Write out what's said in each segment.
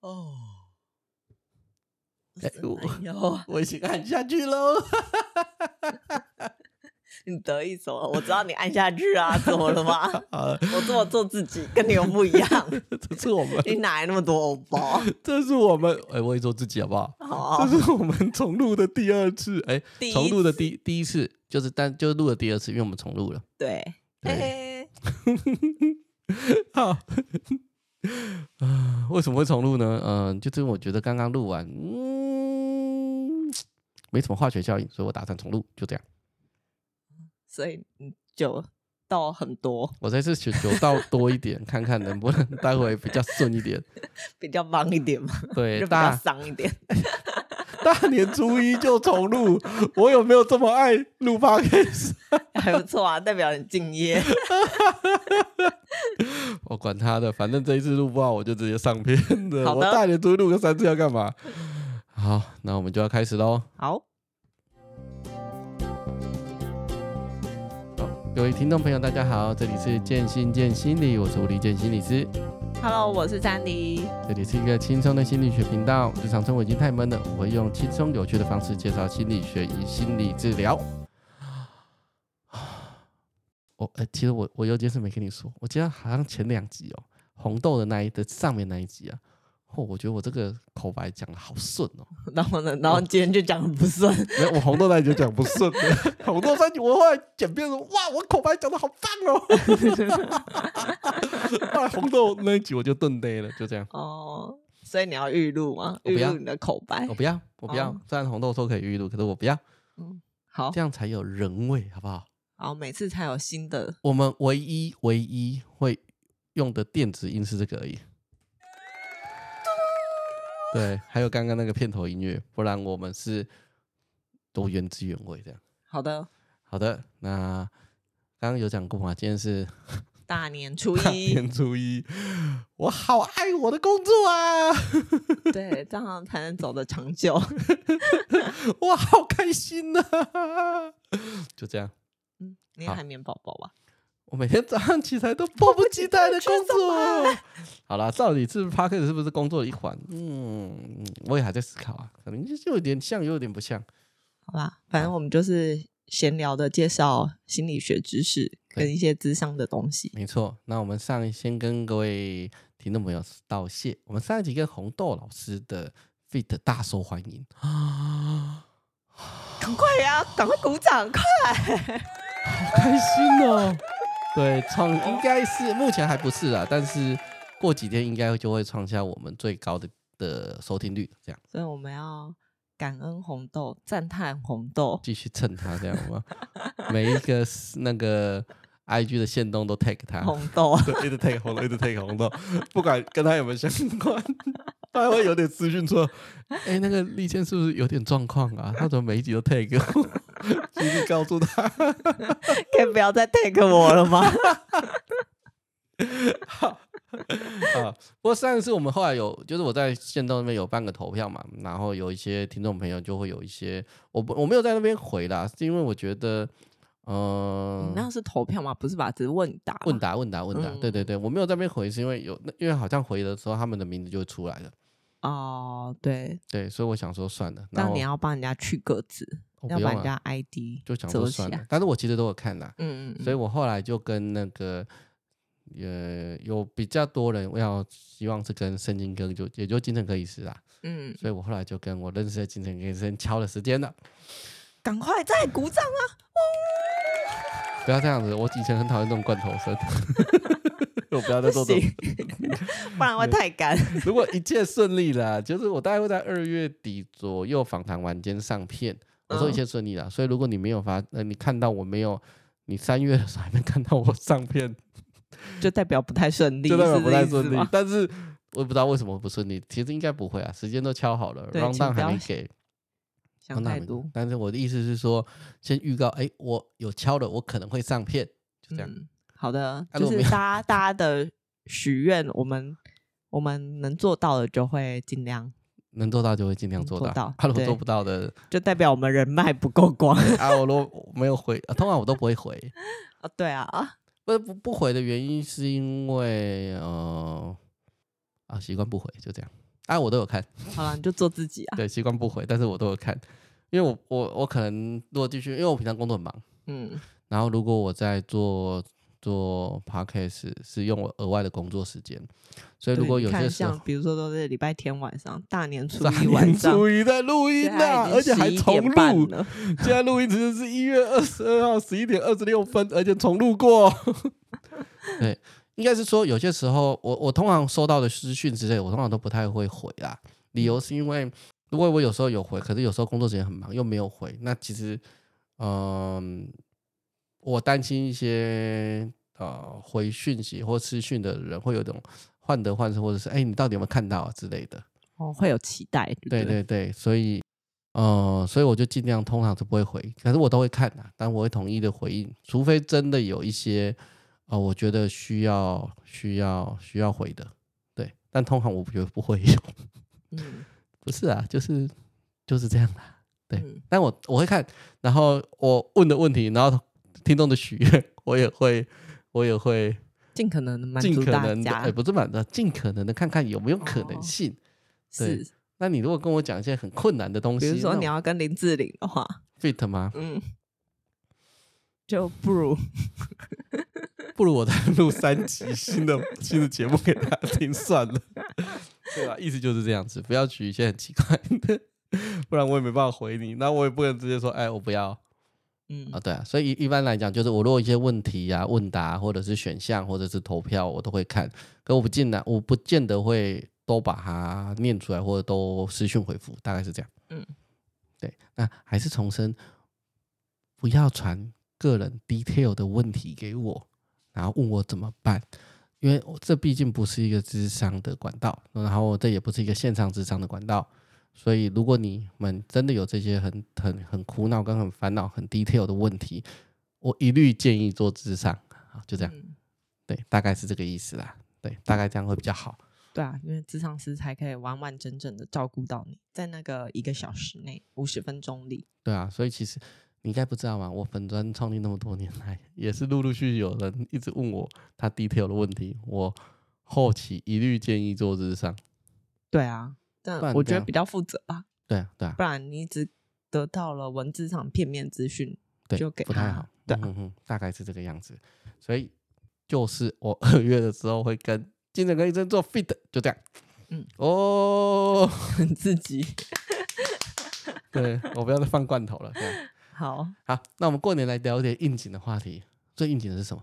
哦，哎什我么哟，我已经按下去喽。 你得意什么？我知道你按下去啊，怎么了吗？ 好了，我这么做自己，跟你又不一样。啊这是我们，你哪来那么多欧 包？这是我们，哎，我也做自己好不好？ 哦，这是我们重录的第二次，哎 第，一重录的第第一次就是但就是录的第二次，因为我们重录了。对，嘿对，嘿， 好，啊，为什么会重录呢？嗯、就是我觉得刚刚录完，嗯，没什么化学效应，所以我打算重录，就这样。所以你就到很多，我这次选酒倒多一点， 看看能不能待会比较顺一点。比较忙一点嘛，就对，比较大丧一点。大年初一就重录，我有没有这么爱录 podcast？ 还不错啊，代表你敬业。我管他的，反正这一次录不好，我就直接上片的。好的我大年初一录个三次要干嘛？好，那我们就要开始喽。 好，好各位听众朋友，大家好，这里是见心见心理，我是吴立健心理师， Hello，我是珊迪。这里是一个轻松的心理学频道。日常生活已经太闷了，我会用轻松有趣的方式介绍心理学与心理治疗。 我、呃，其实我我有件事没跟你说，我记得好像前两集哦，红豆的那一的上面那一集啊，哦，我觉得我这个口白讲的好顺哦，然后呢，然后今天就讲得不 顺， 没有，我红豆那一集就讲不顺了， 红豆三集我后来剪片说，哇，我口白讲的好 棒哦。后来红豆那一集我就顿呆了，就这样。哦，所以你要预录吗？我不预要录你的口白我。不要，我不要。哦虽然红豆说可以预录，可是我不要，嗯，好这，样才有人味，好不好？好，每次才有新的。我们唯一唯一会用的电子音是这个而已。对，还有刚刚那个片头音乐，不然我们是都原汁原味这样。好的，好的，那刚刚有讲过嘛，今天是大年初大一，年初一，我好爱我的工作啊，对，这样才能走得长 久。我好开心啊， 就这样。嗯，你好海绵宝宝吧？我每天早上起来都迫不及待的去工上作。好啦，到底是 p a r k 是不是工作的一环？嗯，我也还在思考啊，可能就是有点像，又有点不像。好吧，反正我们就是闲聊的介绍心理学知识对跟一些智商的东 西。没错，那我们上一先跟各位听众朋友道谢，我们上一集跟红豆老师的 fit 大受欢 迎啊，赶快呀，赶快鼓掌！快，好开心哦。对，创应该是目前还不是啦，但是过几天应该就会创下我们最高的的收听率，这样。所以我们要感恩红豆，赞叹红 豆。继续蹭他这样吗？ 每一个那个 IG 的线动都 tag 他，红豆 对，一直 tag 红豆，一直 tag 红豆，不管跟他有没有相关， 他会有点私讯说：“哎、那个丽倩是不是有点状况啊？ 他怎么每一集都 tag 我？” 极力告诉他，可以不要再 take 我了吗？啊，不过上一次我们后来有，就是我在线动那边有办个投票嘛，然后有一些听众朋友就会有一些，我不我没有在那边回啦，是因为我觉得， 你嗯、那是投票吗？不是吧？只是问答。问。答，问答，问答，对对对，嗯我没有在那边回，是因为有，那因为好像回的时候他们的名字就会出来了，哦，对，对，所以我想说算了，然那后你要帮人家去个字，我要不把用啊人家了， ID 就想遮说起算了来。，但是我其实都有看啦，嗯嗯嗯，所以我后来就跟那个呃有比较多人要希望是跟神经科就也就精神科医师啦，嗯，所以我后来就跟我认识的精神科医生敲了时间了，赶快再鼓掌啊！不要这样子，我以前很讨厌这种罐头声，我不要再 不做这种行，不 然会太干。如果一切顺利啦，就是我大概会在二月底左右访谈完间上片。我说一嗯切顺利啦，所以如果你没有发，呃，你看到我没有，你三月的时候还没看到我上片，嗯就代表不太顺利，就代表不太是这意思顺利吗。但是我也不知道为什么不顺利，其实应该不会啊，时间都敲好了对，round 请 down 不还要没给想，round down 还太哦没多，但是我的意思是说，先预告，哎，我有敲了，我可能会上片，就这样。嗯，好的，啊如就果是没有大家大家的许愿，我们我们能做到的就会尽量，能做到就会尽量嗯做做到，到啊，如果对做不到的，就代表我们人脉不够 广啊，我都没有回、啊，通常我都不会回，啊。对啊，啊，不不不回的原因是因为呃啊习惯不回，就这样。啊，我都有看，好了，你就做自己 啊。对，习惯不回，但是我都有看，因为我我我可能如果继续，因为我平常工作很忙，嗯然后如果我在做做 podcast 是用我额外的工作时间，所以对，如果有你看些时像候。比如说都是礼拜天晚上，大年初大 一晚年上，初一在录音现在已呐、经而且还11重点半录。了 现在录音其实是一月二十二号十一点二十六分，而且重录过。对，应该是说有些时候，我我通常收到的私讯之类，我通常都不太会回啦。理由是因为，如果我有时候有回，可是有时候工作时间很忙又没有回，那其实，嗯、我担心一些呃回讯息或私讯的人会有一种患得患失，或者是哎、你到底有没有看到啊之类的。哦，会有期待，不对对对对，所以，呃，所以我就尽量通常是不会回，可是我都会看的、但我会统一的回应，除非真的有一些，呃，我觉得需要需要需要回的，对，但通常我觉得不会有，嗯不是啊，就是就是这样啦、对嗯但我我会看，然后我问的问题，然后听众的许愿，我也会我也会尽可能地满尽足可大能的，哎、家，不是满的，尽可能的看看有没有可能哦性。对是，那你如果跟我讲一些很困难的东西，比如说那你我要跟林志玲的话， fit 吗？嗯，就不如 不如我再录三集新的 新的节目给大家听算了， 对啊吧、意思就是这样子，不要取一些很奇怪的， 不然我也没办法回你。那我也不能直接说，哎，我不要嗯啊，对啊。所以一一般来讲，就是我如果一些问题呀、问答或者是选项或者是投票，我都会看，可我不进来，我不见得会都把它念出来或者都私讯回复，大概是这样。嗯，对。那还是重申，不要传个人 detail 的问题给我。然后问我怎么办，因为我这毕竟不是一个智商的管道，然后这也不是一个线上智商的管道，所以如果你们真的有这些很很很苦恼跟很烦恼、很 detail 的问题，我一律建议做智商，好，就这样，嗯对，大概是这个意思啦，对，大概这样会比较好。对啊，因为智商师才可以完完整整的照顾到你，在那个一个小时内五十分钟里，对啊，所以其实你应该不知道嘛，我粉专创立那么多年来，也是陆陆续续有人一直问我他 detail 的问题，我后期一律建议做智商。对啊，不然但我觉这得样比较负责吧，对啊，对啊，不然你只得到了文字上片面资讯， 对，就给不太他好，对啊嗯哼，大概是这个样子。所以就是我二月的时候会跟精神科医生做 fit，就这样。嗯，哦， 自己对我不要再放罐头了。这样好好，那我们过年来聊一点应景的话题。最应景的是什么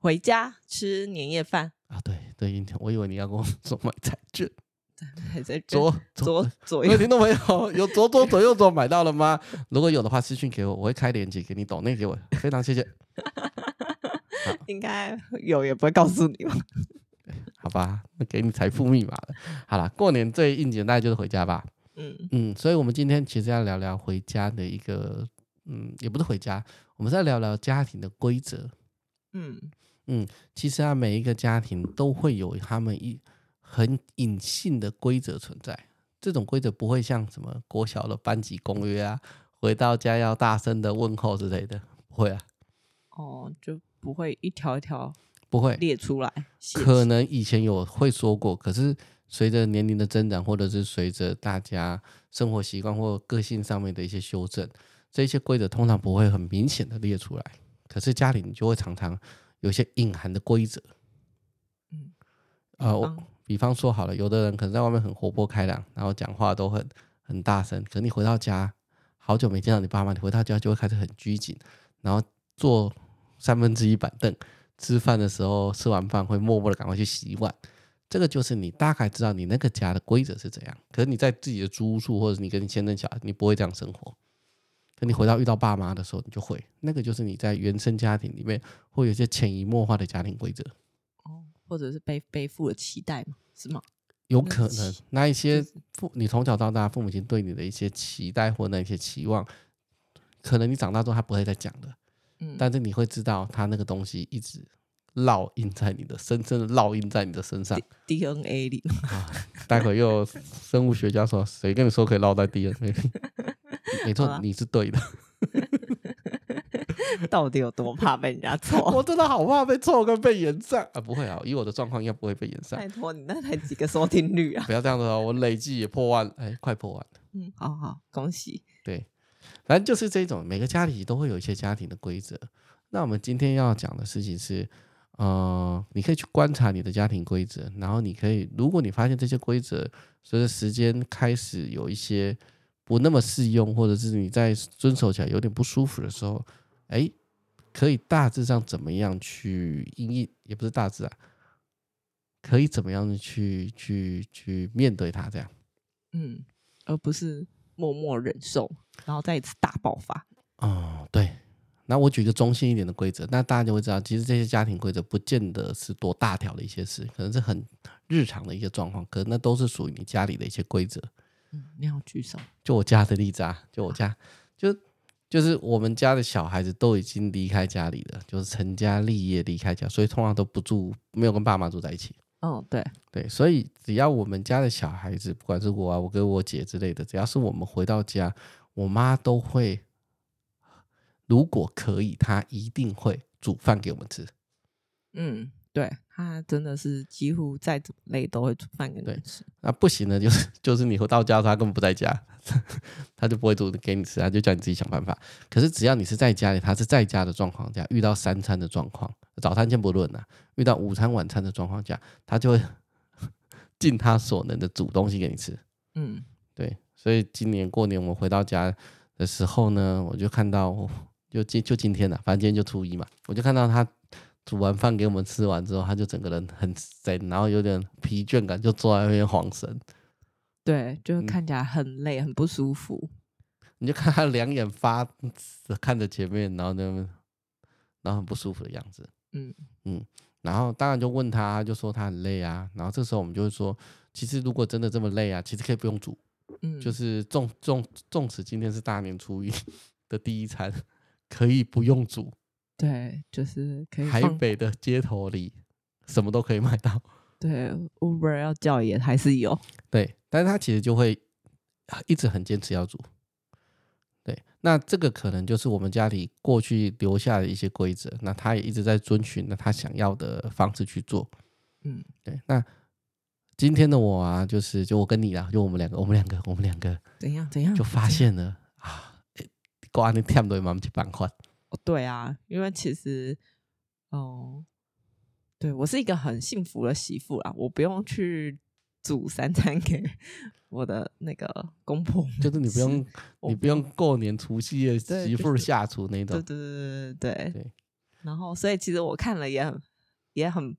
回家吃年夜饭， 啊？对，最应景，我以为你要跟我说买彩券，还在左 左左各位右听众朋友，有左左左右左买到了吗？如果有的话，私信给我，我会开链接给你，抖内给我，非常谢谢。应该有也不会告诉你吧？好吧，那给你财富密码了。好啦，过年最应景的大概就是回家吧。嗯嗯，所以我们今天其实要聊聊回家的一个，嗯，也不是回家，我们是要聊聊家庭的规则。嗯，其实啊，每一个家庭都会有他们一很隐性的规则存在。这种规则不会像什么国小的班级公约啊，回到家要大声的问候之类的，不会啊，哦，就不会一条一条不会。列出来，写可能以前有会说过，可是随着年龄的增长，或者是随着大家生活习惯或个性上面的一些修正，这些规则通常不会很明显的列出来。可是家里你就会常常有一些隐含的规则。嗯嗯，呃，我方比方说好了，有的人可能在外面很活泼开朗，然后讲话都很很大声，可你回到家，好久没见到你爸妈，你回到家就会开始很拘谨，然后坐三分之一板凳，吃饭的时候吃完饭会默默的赶快去洗碗。这个就是你大概知道你那个家的规则是怎样，可是你在自己的租屋处或者你跟你先生小孩，你不会这样生活。可你回到遇到爸妈的时候，你就会，那个就是你在原生家庭里面会有一些潜移默化的家庭规则。哦，或者是背背负了期待嘛，是吗？有那可期能那一些是父，你从小到大父母亲对你的一些期待或那些期望，可能你长大之后他不会再讲了，嗯，但是你会知道他那个东西一直烙印在你的，深深的烙印在你的身上。 DNA 里，待会又有生物学家说，谁跟 你说可以烙在 DNA？里没好错啊，你是对的。 到底有多怕被 人家 我错？真的好怕被臭跟被延上啊！不会啊，以我的状况应该不会被延上。拜托你那才几个收听率啊！ 不要这样子哦，我累计也破万，哎，快破万了。嗯，好好，恭喜。对，反正就是这种，每个家里都会有一些家庭的规则。那我们今天要讲的事情是，呃，你可以去观察你的家庭规则，然后你可以，如果你发现这些规则随着时间开始有一些不那么适用，或者是你在遵守起来有点不舒服的时候，哎，可以大致上怎么样去应应，也不是大致啊，可以怎么样去去去面对它这样。嗯，而不是默默忍受，然后再一次大爆发。哦，对。那我举一个中性一点的规则，那大家就会知道，其实这些家庭规则不见得是多大条的一些事，可能是很日常的一些状况，可那都是属于你家里的一些规则。嗯，你好举手。就我家的例子啊，就我家，就就是我们家的小孩子都已经离开家里了，就是成家立业离开家，所以通常都不住，没有跟爸妈住在一起。嗯，对，对，所以只要我们家的小孩子，不管是我啊、我哥、我姐之类的，只要是我们回到家，我妈都会，如果可以，她一定会煮饭给我们吃。嗯，对，他真的是几乎再怎么累都会煮饭给对你吃。那不行的，就是 就是你回到家的时候，她根本不在家， 她就不会煮给你吃，她就叫你自己想办法。可是只要你是在家里，她是在家的状况下，遇到三餐的状况，早餐先不论啦、遇到午餐、晚餐的状况下，她就会 尽她所能的煮东西给你吃。嗯，对，所以今年过年我们回到家的时候呢，我就看到，就今就今天了、反正今天就初一嘛，我就看到他煮完饭给我们吃完之后，他就整个人很神，然后有点疲倦感，就坐在那边晃神。对，就是嗯看起来很累，很不舒服。你就看他两眼发看着前面，然后那边，然后很不舒服的样子。嗯嗯，然后当然就问他，他就说他很累啊。然后这时候我们就会说，其实如果真的这么累啊，其实可以不用煮，嗯，就是纵纵纵使今天是大年初一的第一餐，可以不用煮。对，就是可以台放。北的街头里什么都可以买到，对，Uber 要叫也还是有。 对，但是他其实就会一直很坚持要煮。对，那这个可能就是我们家里过去留下的一些规则，那他也一直在遵循那他想要的方式去做。嗯，对，那今天的我啊，就是就我跟你啦，就我们两个，我们两个，我们两个怎样怎样就发怎 样现了啊，瓜你忝都慢去板块。哦对啊，因为其实哦，对我是一个很幸福的媳妇啦，我不用去煮三餐给 我的那个公婆们吃。就是你不用，我你不用过年除夕夜对媳就妇儿是下厨对那种，对对对对对然后，所以其实我看了也很也很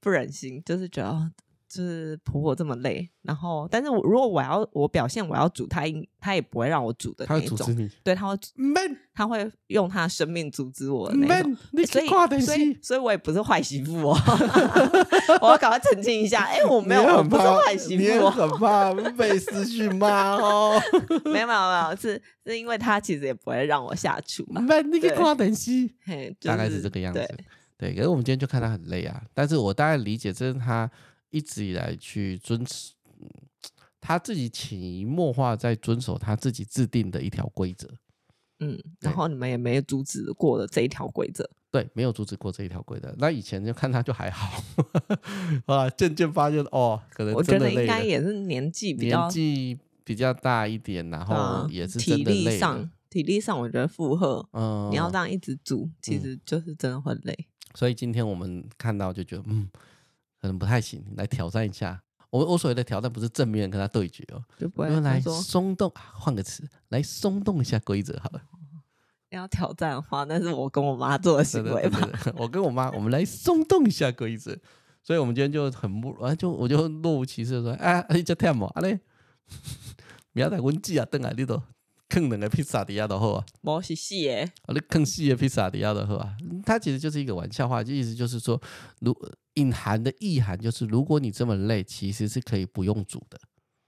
不忍心，就是觉得哦就是婆婆这么累。然后，但是我如果我要我表现我要煮，她应她也不会让我煮的他那会一阻止种。你。对，她会 man 她会用她的生命阻止我的那一种。 man，你所去以，挂电所以视，，所以我也不是坏媳妇 哦， 我要赶快澄清一下，哎、我你没有，也我很不是怕坏媳你也妇、 哦，很怕被思绪骂 哦。没有没有没有，是是因为她其实也不会让我下厨嘛， man，你去对挂电视，嘿，就大概是这个样子对。对，可是我们今天就看他很累啊，但是我大概理解，这是他一直以来去遵守，嗯他自己潜移默化在遵守他自己制定的一条规则。嗯，对然后你们也没有阻止过的这一条规则，对，没有阻止过这一条规则。那以前就看他就还好，啊，渐渐发现哦，可能我觉真的得累应该了，也是年纪比较年纪比较大一点，然对啊后也是真体的累力了上。，体力上我觉得负荷，嗯，你要这样一直煮，其实就是真的会累。所以今天我们看到就觉得，嗯，可能不太行，来挑战一下。我我所谓的挑战不是正面跟他对决哦，就不我会们来他说松动，啊换个词，来松动一下规则好了。要挑战的话，那是我跟我妈做的行对为对对吧。对 对我跟我妈，我们来松动一下规则。所以我们今天就很不，啊，就我就若无其事地说，啊，啊你这忝无，啊嘞， 明仔载阮姊啊，等来你都囥两个披萨底下就好啊，我是细耶，啊，你囥四个披萨底下就好啊。嗯它其实就是一个玩笑话，意思就是说，如隐含的意涵就是，如果你这么累，其实是可以不用煮的。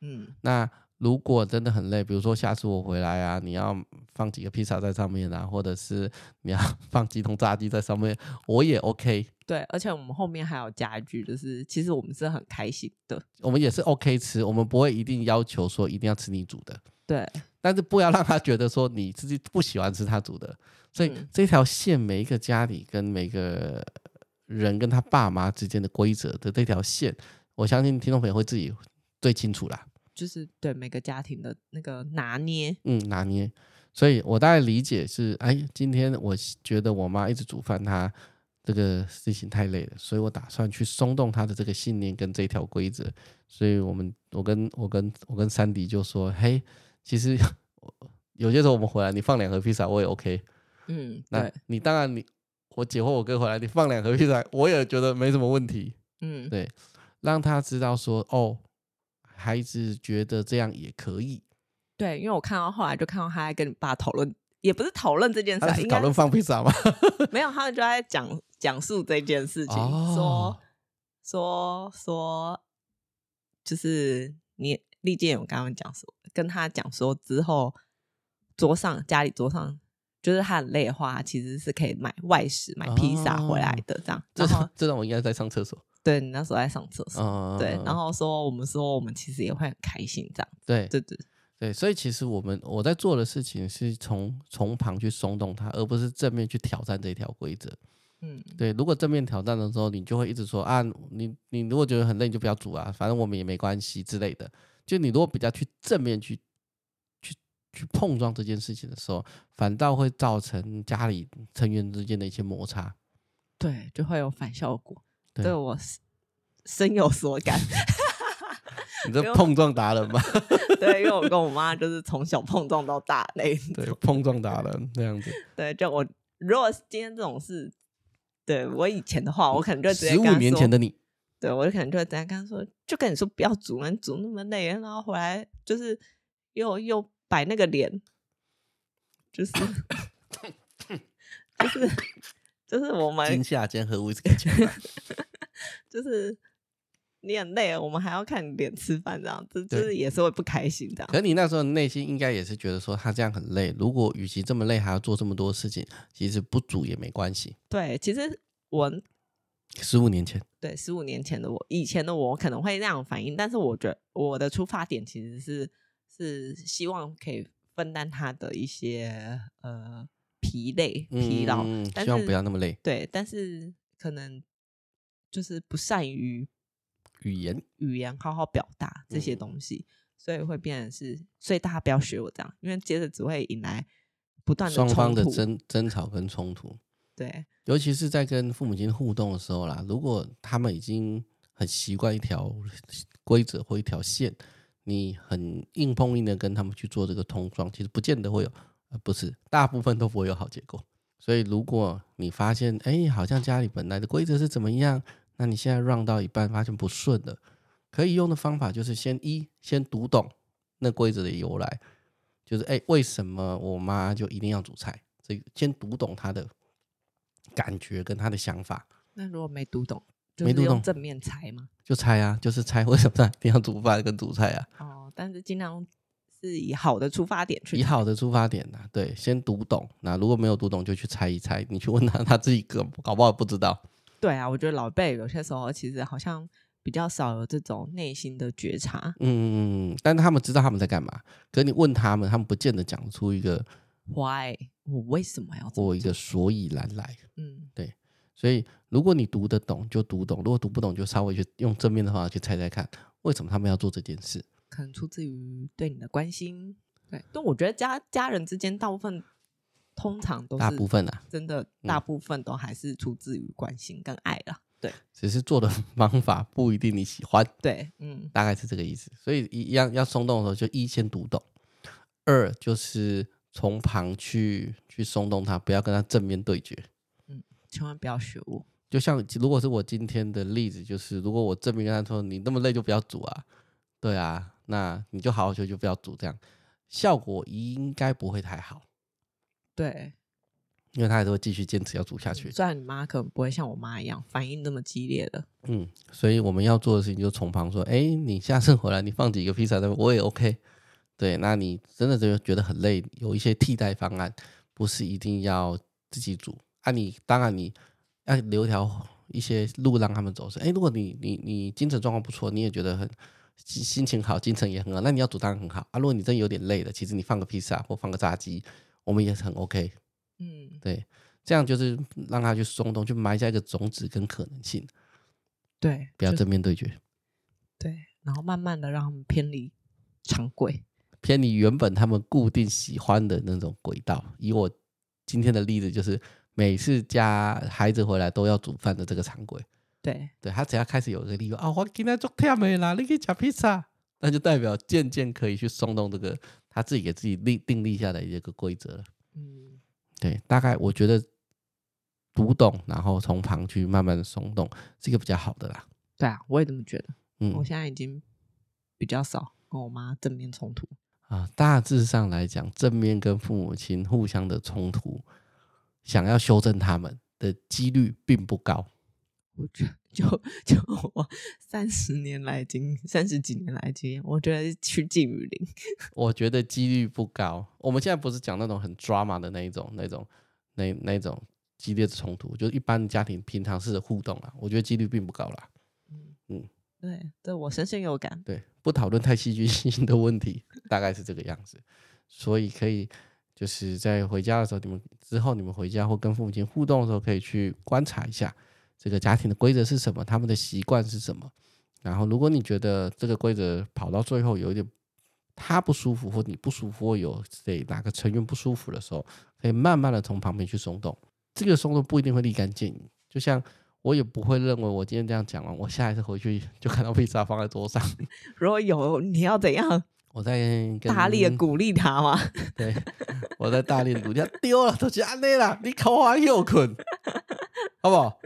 嗯那如果真的很累，比如说下次我回来啊，你要放几个披萨在上面啊，或者是你要 放几桶炸鸡在上面，我也 OK，对，而且我们后面还有加一句，就是其实我们是很开心的，我们也是 OK 吃，我们不会一定要求说一定要吃你煮的。对，但是不要让他觉得说你自己不喜欢吃他煮的。所以嗯这条线，每一个家里跟每个人跟他爸妈之间的规则的这条线，我相信听众朋友会自己最清楚啦。就是对每个家庭的那个拿捏，嗯，拿捏。所以我大概理解是，哎，今天我觉得我妈一直煮饭，她这个事情太累了，所以我打算去松动她的这个信念跟这条规则。所以我们，我跟我跟我跟珊迪就说，嘿，其实有些时候我们回来，你放两盒披萨我也 OK。嗯，那对，你当然你我姐或我哥回来，你放两盒披萨，我也觉得没什么问题。嗯，对，让他知道说，哦，孩子觉得这样也可以。对，因为我看到后来就看到他在跟你爸讨论，也不是讨论这件事他啊，是应该讨论放披萨吗？没有，他们就在讲讲述这件事情，哦说说说，就是你丽健有跟他们讲说，跟他讲说之后桌上家里桌上。就是他很累的话，其实是可以买外食、买披萨回来的，这样。哦这然后种，这种我应该在上厕所。对你那时候在上厕所，嗯，对，然后说我们说我们其实也会很开心，这样。对对对，对，所以其实我们我在做的事情是从从旁去松动它，而不是正面去挑战这条规则。嗯，对，如果正面挑战的时候，你就会一直说啊，你你如果觉得很累，你就不要煮啊，反正我们也没关系之类的。就你如果比较去正面去去去碰撞这件事情的时候，反倒会造成家里成员之间的一些摩擦。对，就会有反效果。对对我是深有所 感，你这不用碰撞达人吧？对，因为我跟我妈就是从小碰撞到大那一种 对，碰撞达人这样子。对，就我如果是今天这种事，对我以前的话，我可能就直接十跟她五说年前的你，对我可能就会直接跟他说，就跟你说不要煮了，你煮那么累，然后回来就是又又摆那个脸，就是 就是就是我们惊吓间和威士忌酒吧就是你很累了，我们还要看你脸吃饭，这样这就对是也是会不开心这样。 可你那时候内心应该也是觉得说他这样很累，如果与其这么累还要做这么多事情，其实不煮也没关系。对，其实我十五年前，对十五年前的我，以前的我可能会那样反应，但是我觉得我的出发点其实是是希望可以分担他的一些呃疲累、疲劳，嗯但希望是不要那么累。对，但是可能就是不善于语言，语言好好表达这些嗯东西，所以会变成是，所以大家不要学我这样，因为接着只会引来不断的双方冲的突争争吵跟冲突，对尤其是在跟父母亲互动的时候啦，如果他们已经很习惯一条规则或一条线，你很硬碰硬的跟他们去做这个冲撞，其实不见得会有，呃，不是，大部分都不会有好结果。所以如果你发现，哎，好像家里本来的规则是怎么样，那你现在让到一半发现不顺了，可以用的方法就是先一先读懂那规则的由来，就是哎，为什么我妈就一定要煮菜？这个先读懂她的感觉跟她的想法，那如果没读懂，就没是读用懂正面猜嘛。就猜啊，就是猜为什么她一定要煮饭跟煮菜啊，哦，但是尽量是以好的出发点去以好的出发点呐、啊对，先读懂。那如果没有读懂，就去猜一猜，你去问她，她自己搞搞不好不知道。对啊，我觉得老一辈有些时候其实好像比较少有这种内心的觉察。嗯，但他们知道他们在干嘛，可是你问他们，他们不见得讲出一个 Why？我为什么要这么或一个所以然来。嗯，所以，如果你读得懂就读懂，如果读不懂就稍微去用正面的方法去猜猜看，为什么他们要做这件事？可能出自于对你的关心。对，但我觉得家家人之间大部分通常都大部是分啊，真的，大部分都还是出自于关心跟爱啦。对只是做的 方法不一定你喜欢，对，嗯大概是这个意思。所以一样要松动的时候，就一先读懂，二就是从旁去去松动他，不要跟他正面对决。嗯，千万不要学我。就像如果是我今天的例子，就是如果我证明跟他说你那么累就不要煮啊，对啊，那你就好好休息，不要煮，这样效果应该不会太好，对，因为他还是会继续坚持要煮下去。虽然你妈可能不会像我妈一样反应这么激烈的，嗯，所以我们要做的事情就从旁说，哎，你下次回来你放几个披萨在那边我也 OK。对，那你真的就觉得很累，有一些替代方案，不是一定要自己煮啊你。当然你要留条一些路让他们走是，哎，如果你你你精神状况不错，你也觉得很心心情好，精神也很好，那你要煮当然很好啊。如果你真有点累了，其实你放个披萨或放个炸鸡，我们也是很 OK。嗯，对，这样就是让他去松动，去埋下一个种子跟可能性，对，不要就正面对决，对，然后慢慢的让他们偏离常规。偏离原本他们固定喜欢的那种轨道。以我今天的例子，就是每次家孩子回来都要煮饭的这个常规，对，对他只要开始有一个理由啊，我今天做忝的啦，你去吃披萨，那就代表渐渐可以去松动这个他自己给自己立定立下的一个规则了。嗯，对，大概我觉得读懂，然后从旁去慢慢的松动，是一个比较好的啦。对啊，我也这么觉得。我嗯现在已经比较少跟我妈正面冲突。啊，大致上来讲，正面跟父母亲互相的冲突，想要修正他们的几率并不高。我觉得就就我三十年来经三十几年来经验，我觉得是趋近于零。我觉得几率不高。我们现在不是讲那种很 drama 的那一种、那种、那那一种激烈的冲突，就是一般家庭平常式的互动啦。啊我觉得几率并不高啦。对，对我深深有感。对，不讨论太戏剧性的问题，大概是这个样子。所以可以就是在回家的时候，你们之后你们回家或跟父母亲互动的时候，可以去观察一下这个家庭的规则是什么，他们的习惯是什么。然后，如果你觉得这个规则跑到最后有一点他不舒服，或你不舒服，或有谁哪个成员不舒服的时候，可以慢慢的从旁边去松动。这个松动不一定会立竿见影，就像。我也不会认为我今天这样讲完，我下一次回去就看到披萨放在桌上，如果有你要怎样我在跟大力的鼓励她吗？对， 我在大力的鼓励，丢了都是安内啦，你考完又困， 好不好？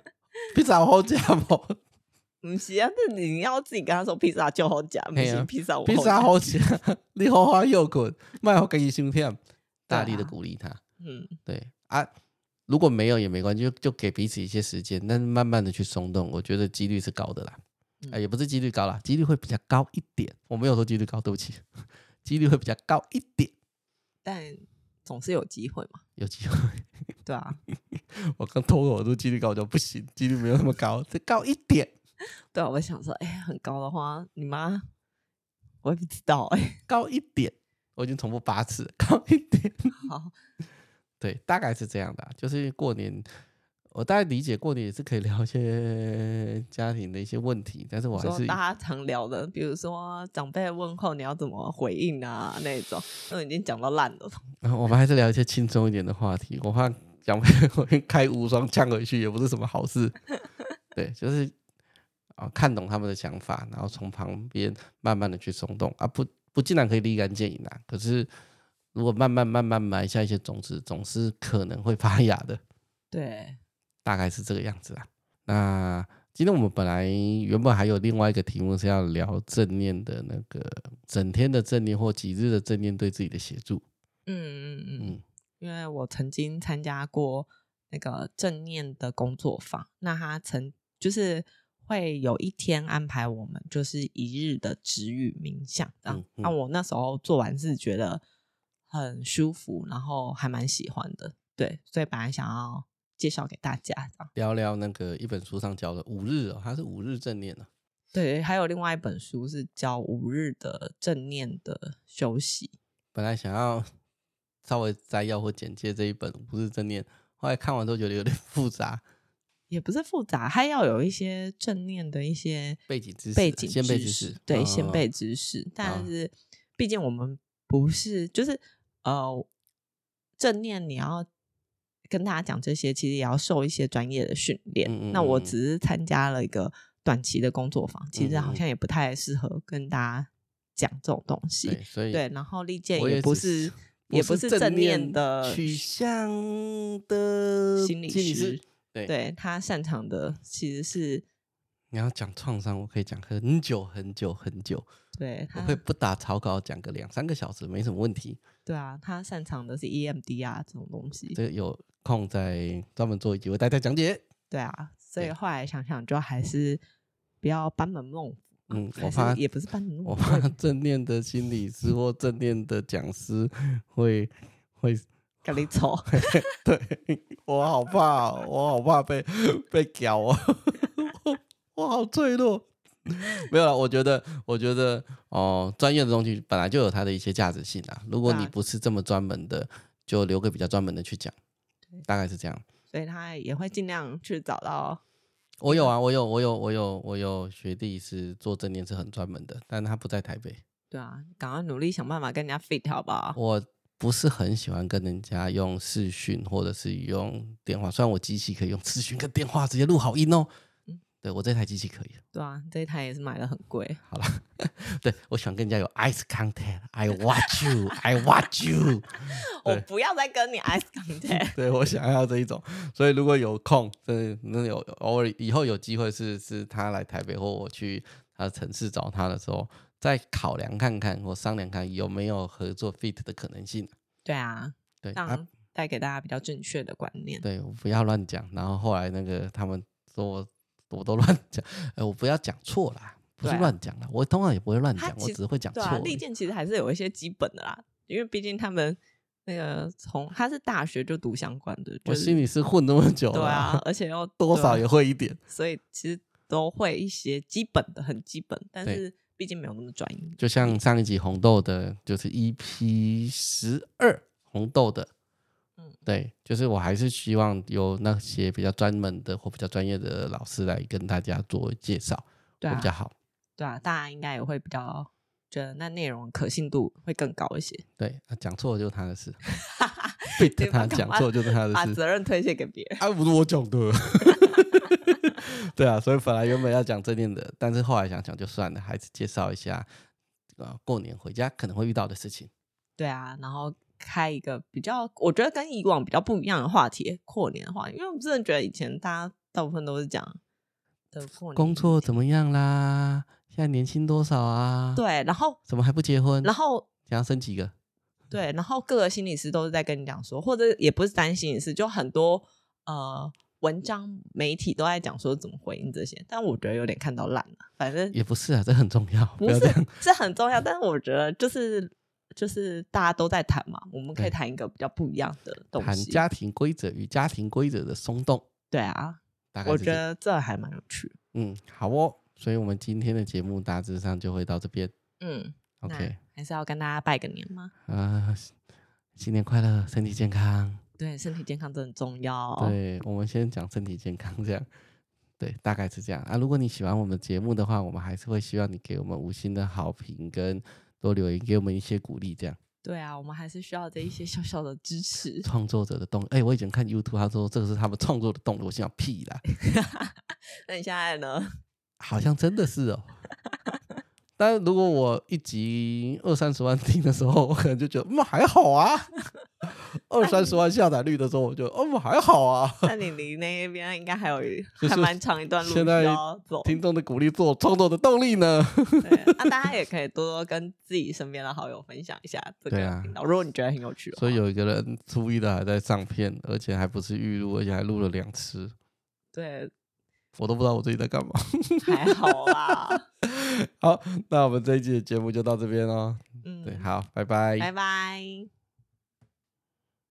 披萨好吃不？ 不是啊，那你要自己跟她说披萨就好假，不嘿啊行披萨我披萨夹好吃，你考完又困，卖好给你心跳，大力的对啊鼓励他。嗯，对啊，如果没有也没关系，就就给彼此一些时间，但是慢慢的去松动，我觉得几率是高的啦。啊、嗯也不是几率高啦，几率会比较高一点。我没有说几率高，对不起， 几率会比较高一点，但总是有机会嘛，有机会。对啊，我刚脱口而出几率高，我就不行，几率没有那么高， 再高一点。对啊，我想说，哎、很高的话，你妈我也不知道哎、 高一点，我已经重复八次 了，高一点。好，对，大概是这样的啊、就是过年，我大概理解过年也是可以聊一些家庭的一些问题，但是我还说是大家常聊的，比如说长辈问候你要怎么回应啊那种，都已经讲到烂了。然后我们还是聊一些轻松一点的话题。我怕讲回 我开无双呛回去也不是什么好事。对，就是啊、看懂他们的想法，然后从旁边慢慢的去松动啊，不不尽然可以立竿见影啊，可是如果慢慢慢慢埋下一些种子，总是可能会 发芽的，对，大概是这个样子啊。那今天我们本来原本还有另外一个题目是要聊正念的那个整天的正念或几日的正念对自己的协助，嗯嗯嗯，嗯因为我曾经参加过那个正念的工作坊，那他曾就是会有一天安排我们就是一日的止语冥想这样嗯，嗯那、我那时候做完是觉得很舒服，然后还蛮喜欢的，对，所以本来想要介绍给大家这样。聊聊那个一本书上教的五日哦，它是五日正念啊。对，还有另外一本书是叫《五日的正念的休息》。本来想要稍微摘要或简介这一本五日正念，后来看完都觉得有点复杂，也不是复杂，它要有一些正念的一些背景知识、背景先知辈识，知识，对，嗯先嗯辈嗯知识。啊但是，毕竟我们不是，就是呃，正念你要跟大家讲这些，其实也要受一些专业的训练。嗯嗯那我嗯嗯只是参加了一个短期的工作坊，其实嗯嗯好嗯像也不太适合跟大家讲这种东西。对，所以对，然后利剑我也也不只是，也不不是正正念念的取向的心理师师。对，对他擅长的其实是你要讲创伤，我可以讲很久很久很久，对我他会不打草稿讲个两三个小时，没什么问题。对啊，他擅长的是 EMD 啊这种东西，这个有空再专门做一集为大家讲解。对啊，所以对后来想想，就还是不要班门弄斧嘛，嗯还我是怕也不是班门弄我斧，怕 正念的心理师或正念的讲师会 会跟你走。对我好 怕哦，我好怕被被屌哦，我我好脆弱。 没有了，我觉得，我觉得哦，专业的东西本来就有它的一些价值性啊。如果对啊你不是这么专门的，就留给比较专门的去讲，大概是这样。所以他也会尽量去找到我有啊，我有，我有，我有，我有学弟是做正念是很专门的，但他不在台北。对啊，赶快努力想办法跟人家 fit 好不 好？我不是很喜欢跟人家用视讯或者是用电话，虽然我机器可以用视讯跟电话直接录好音哦。对我这台机器可以。对啊，这一台也是买的很贵。 好了，对我喜欢跟人家有 eyes contact，I watch you，I watch you。我对不要再跟你 eyes contact。对我想要这一种，所以如果有空，真的那有偶尔以后有机会是是他来台北或我去他的城市找他的时候，再考量看看或商量看有没有合作 fit 的可能性。 对啊，对，这啊、样带给大家比较正确的观念。对我不要乱讲。然后后来那个他们说我我都乱讲，哎，我不要讲错啦，不是对啊乱讲啦，我通常也不会乱他讲，我其只实会讲对错啊而，利已。剑其实还是有一些基本的啦，因为毕竟他们那个从他是大学就读相关的，我就是心里是混那么久了，对啊，而且又多对少啊也会一点。所以其实都会一些基本的，很基本，但对是毕竟没有那么专业。就像上一集红豆的，就是 EP 十二红豆的，嗯对，就是我还是希望有那些比较专门的或比较专业的老师来跟大家做介绍，对会啊比，较好。对啊，大家应该也会比较觉得那内容可信度会更高一些，对，啊讲错了就是他 的事，fit 对吧他讲错就是他的把事，责任推卸给别人。 啊，不是我讲的。 对啊，所以本来原本要讲正念的，但是后来想想就算了，还是介绍一下，呃，过年回家可能会遇到的事情。对啊，然后开一个比较，我觉得跟以往比较不一样的话题，过年的话，因为我真的觉得以前大家大部分都是讲的过年工作怎么样啦？现在年薪多少啊？，对，然后怎么还不结婚？然后想要生几个？对，然后各个心理师都是在跟你讲说，或者也不是单心理师，就很多呃文章媒体都在讲说怎么回应这些，但我觉得有点看到烂了，反正也不是啊，这很重要，不不要是这样。这很重要，但是我觉得就是。就是大家都在谈嘛，我们可以对谈一个比较不一样的东谈西。家庭规则与家庭规则的松动，对啊，大概我是觉这样，得这还蛮有趣的。嗯，好哦。所以我们今天的节目大致上就会到这边。嗯 OK，那还是要跟大家拜个年吗？呃，新年快乐，身体健康。对，身体健康真的很重要。哦对，我们先讲身体健康这样。对，大概是这样啊。如果你喜欢我们节目的话，我们还是会希望你给我们五星的好评，跟多留言，给我们一些鼓励，这样对啊，我们还是需要这一些小小的支持。 创作者的动力。哎、我以前看 YouTube，他说这个是他们创作的动力，我心想屁啦，那你现在呢？好像真的是哦。 但如果我一集二三十万听的时候，我可能就觉得嗯还好啊。二三十万下载率的时候，我就嗯还好啊。 那你离那边应该还有一就是还蛮长一段路需现在要走。听众的鼓励做创作的动力呢？对，那大家也可以多多跟自己身边的好友分享一下这个对啊频道，如果你觉得很有趣的话。所以有一个人初一的还在上片，而且还不是预录，而且还录了两次，对，我都不知道我自己在干嘛。 还好啦。好，那我们这一期的节目就到这边喽。嗯，对，好，拜拜。拜拜。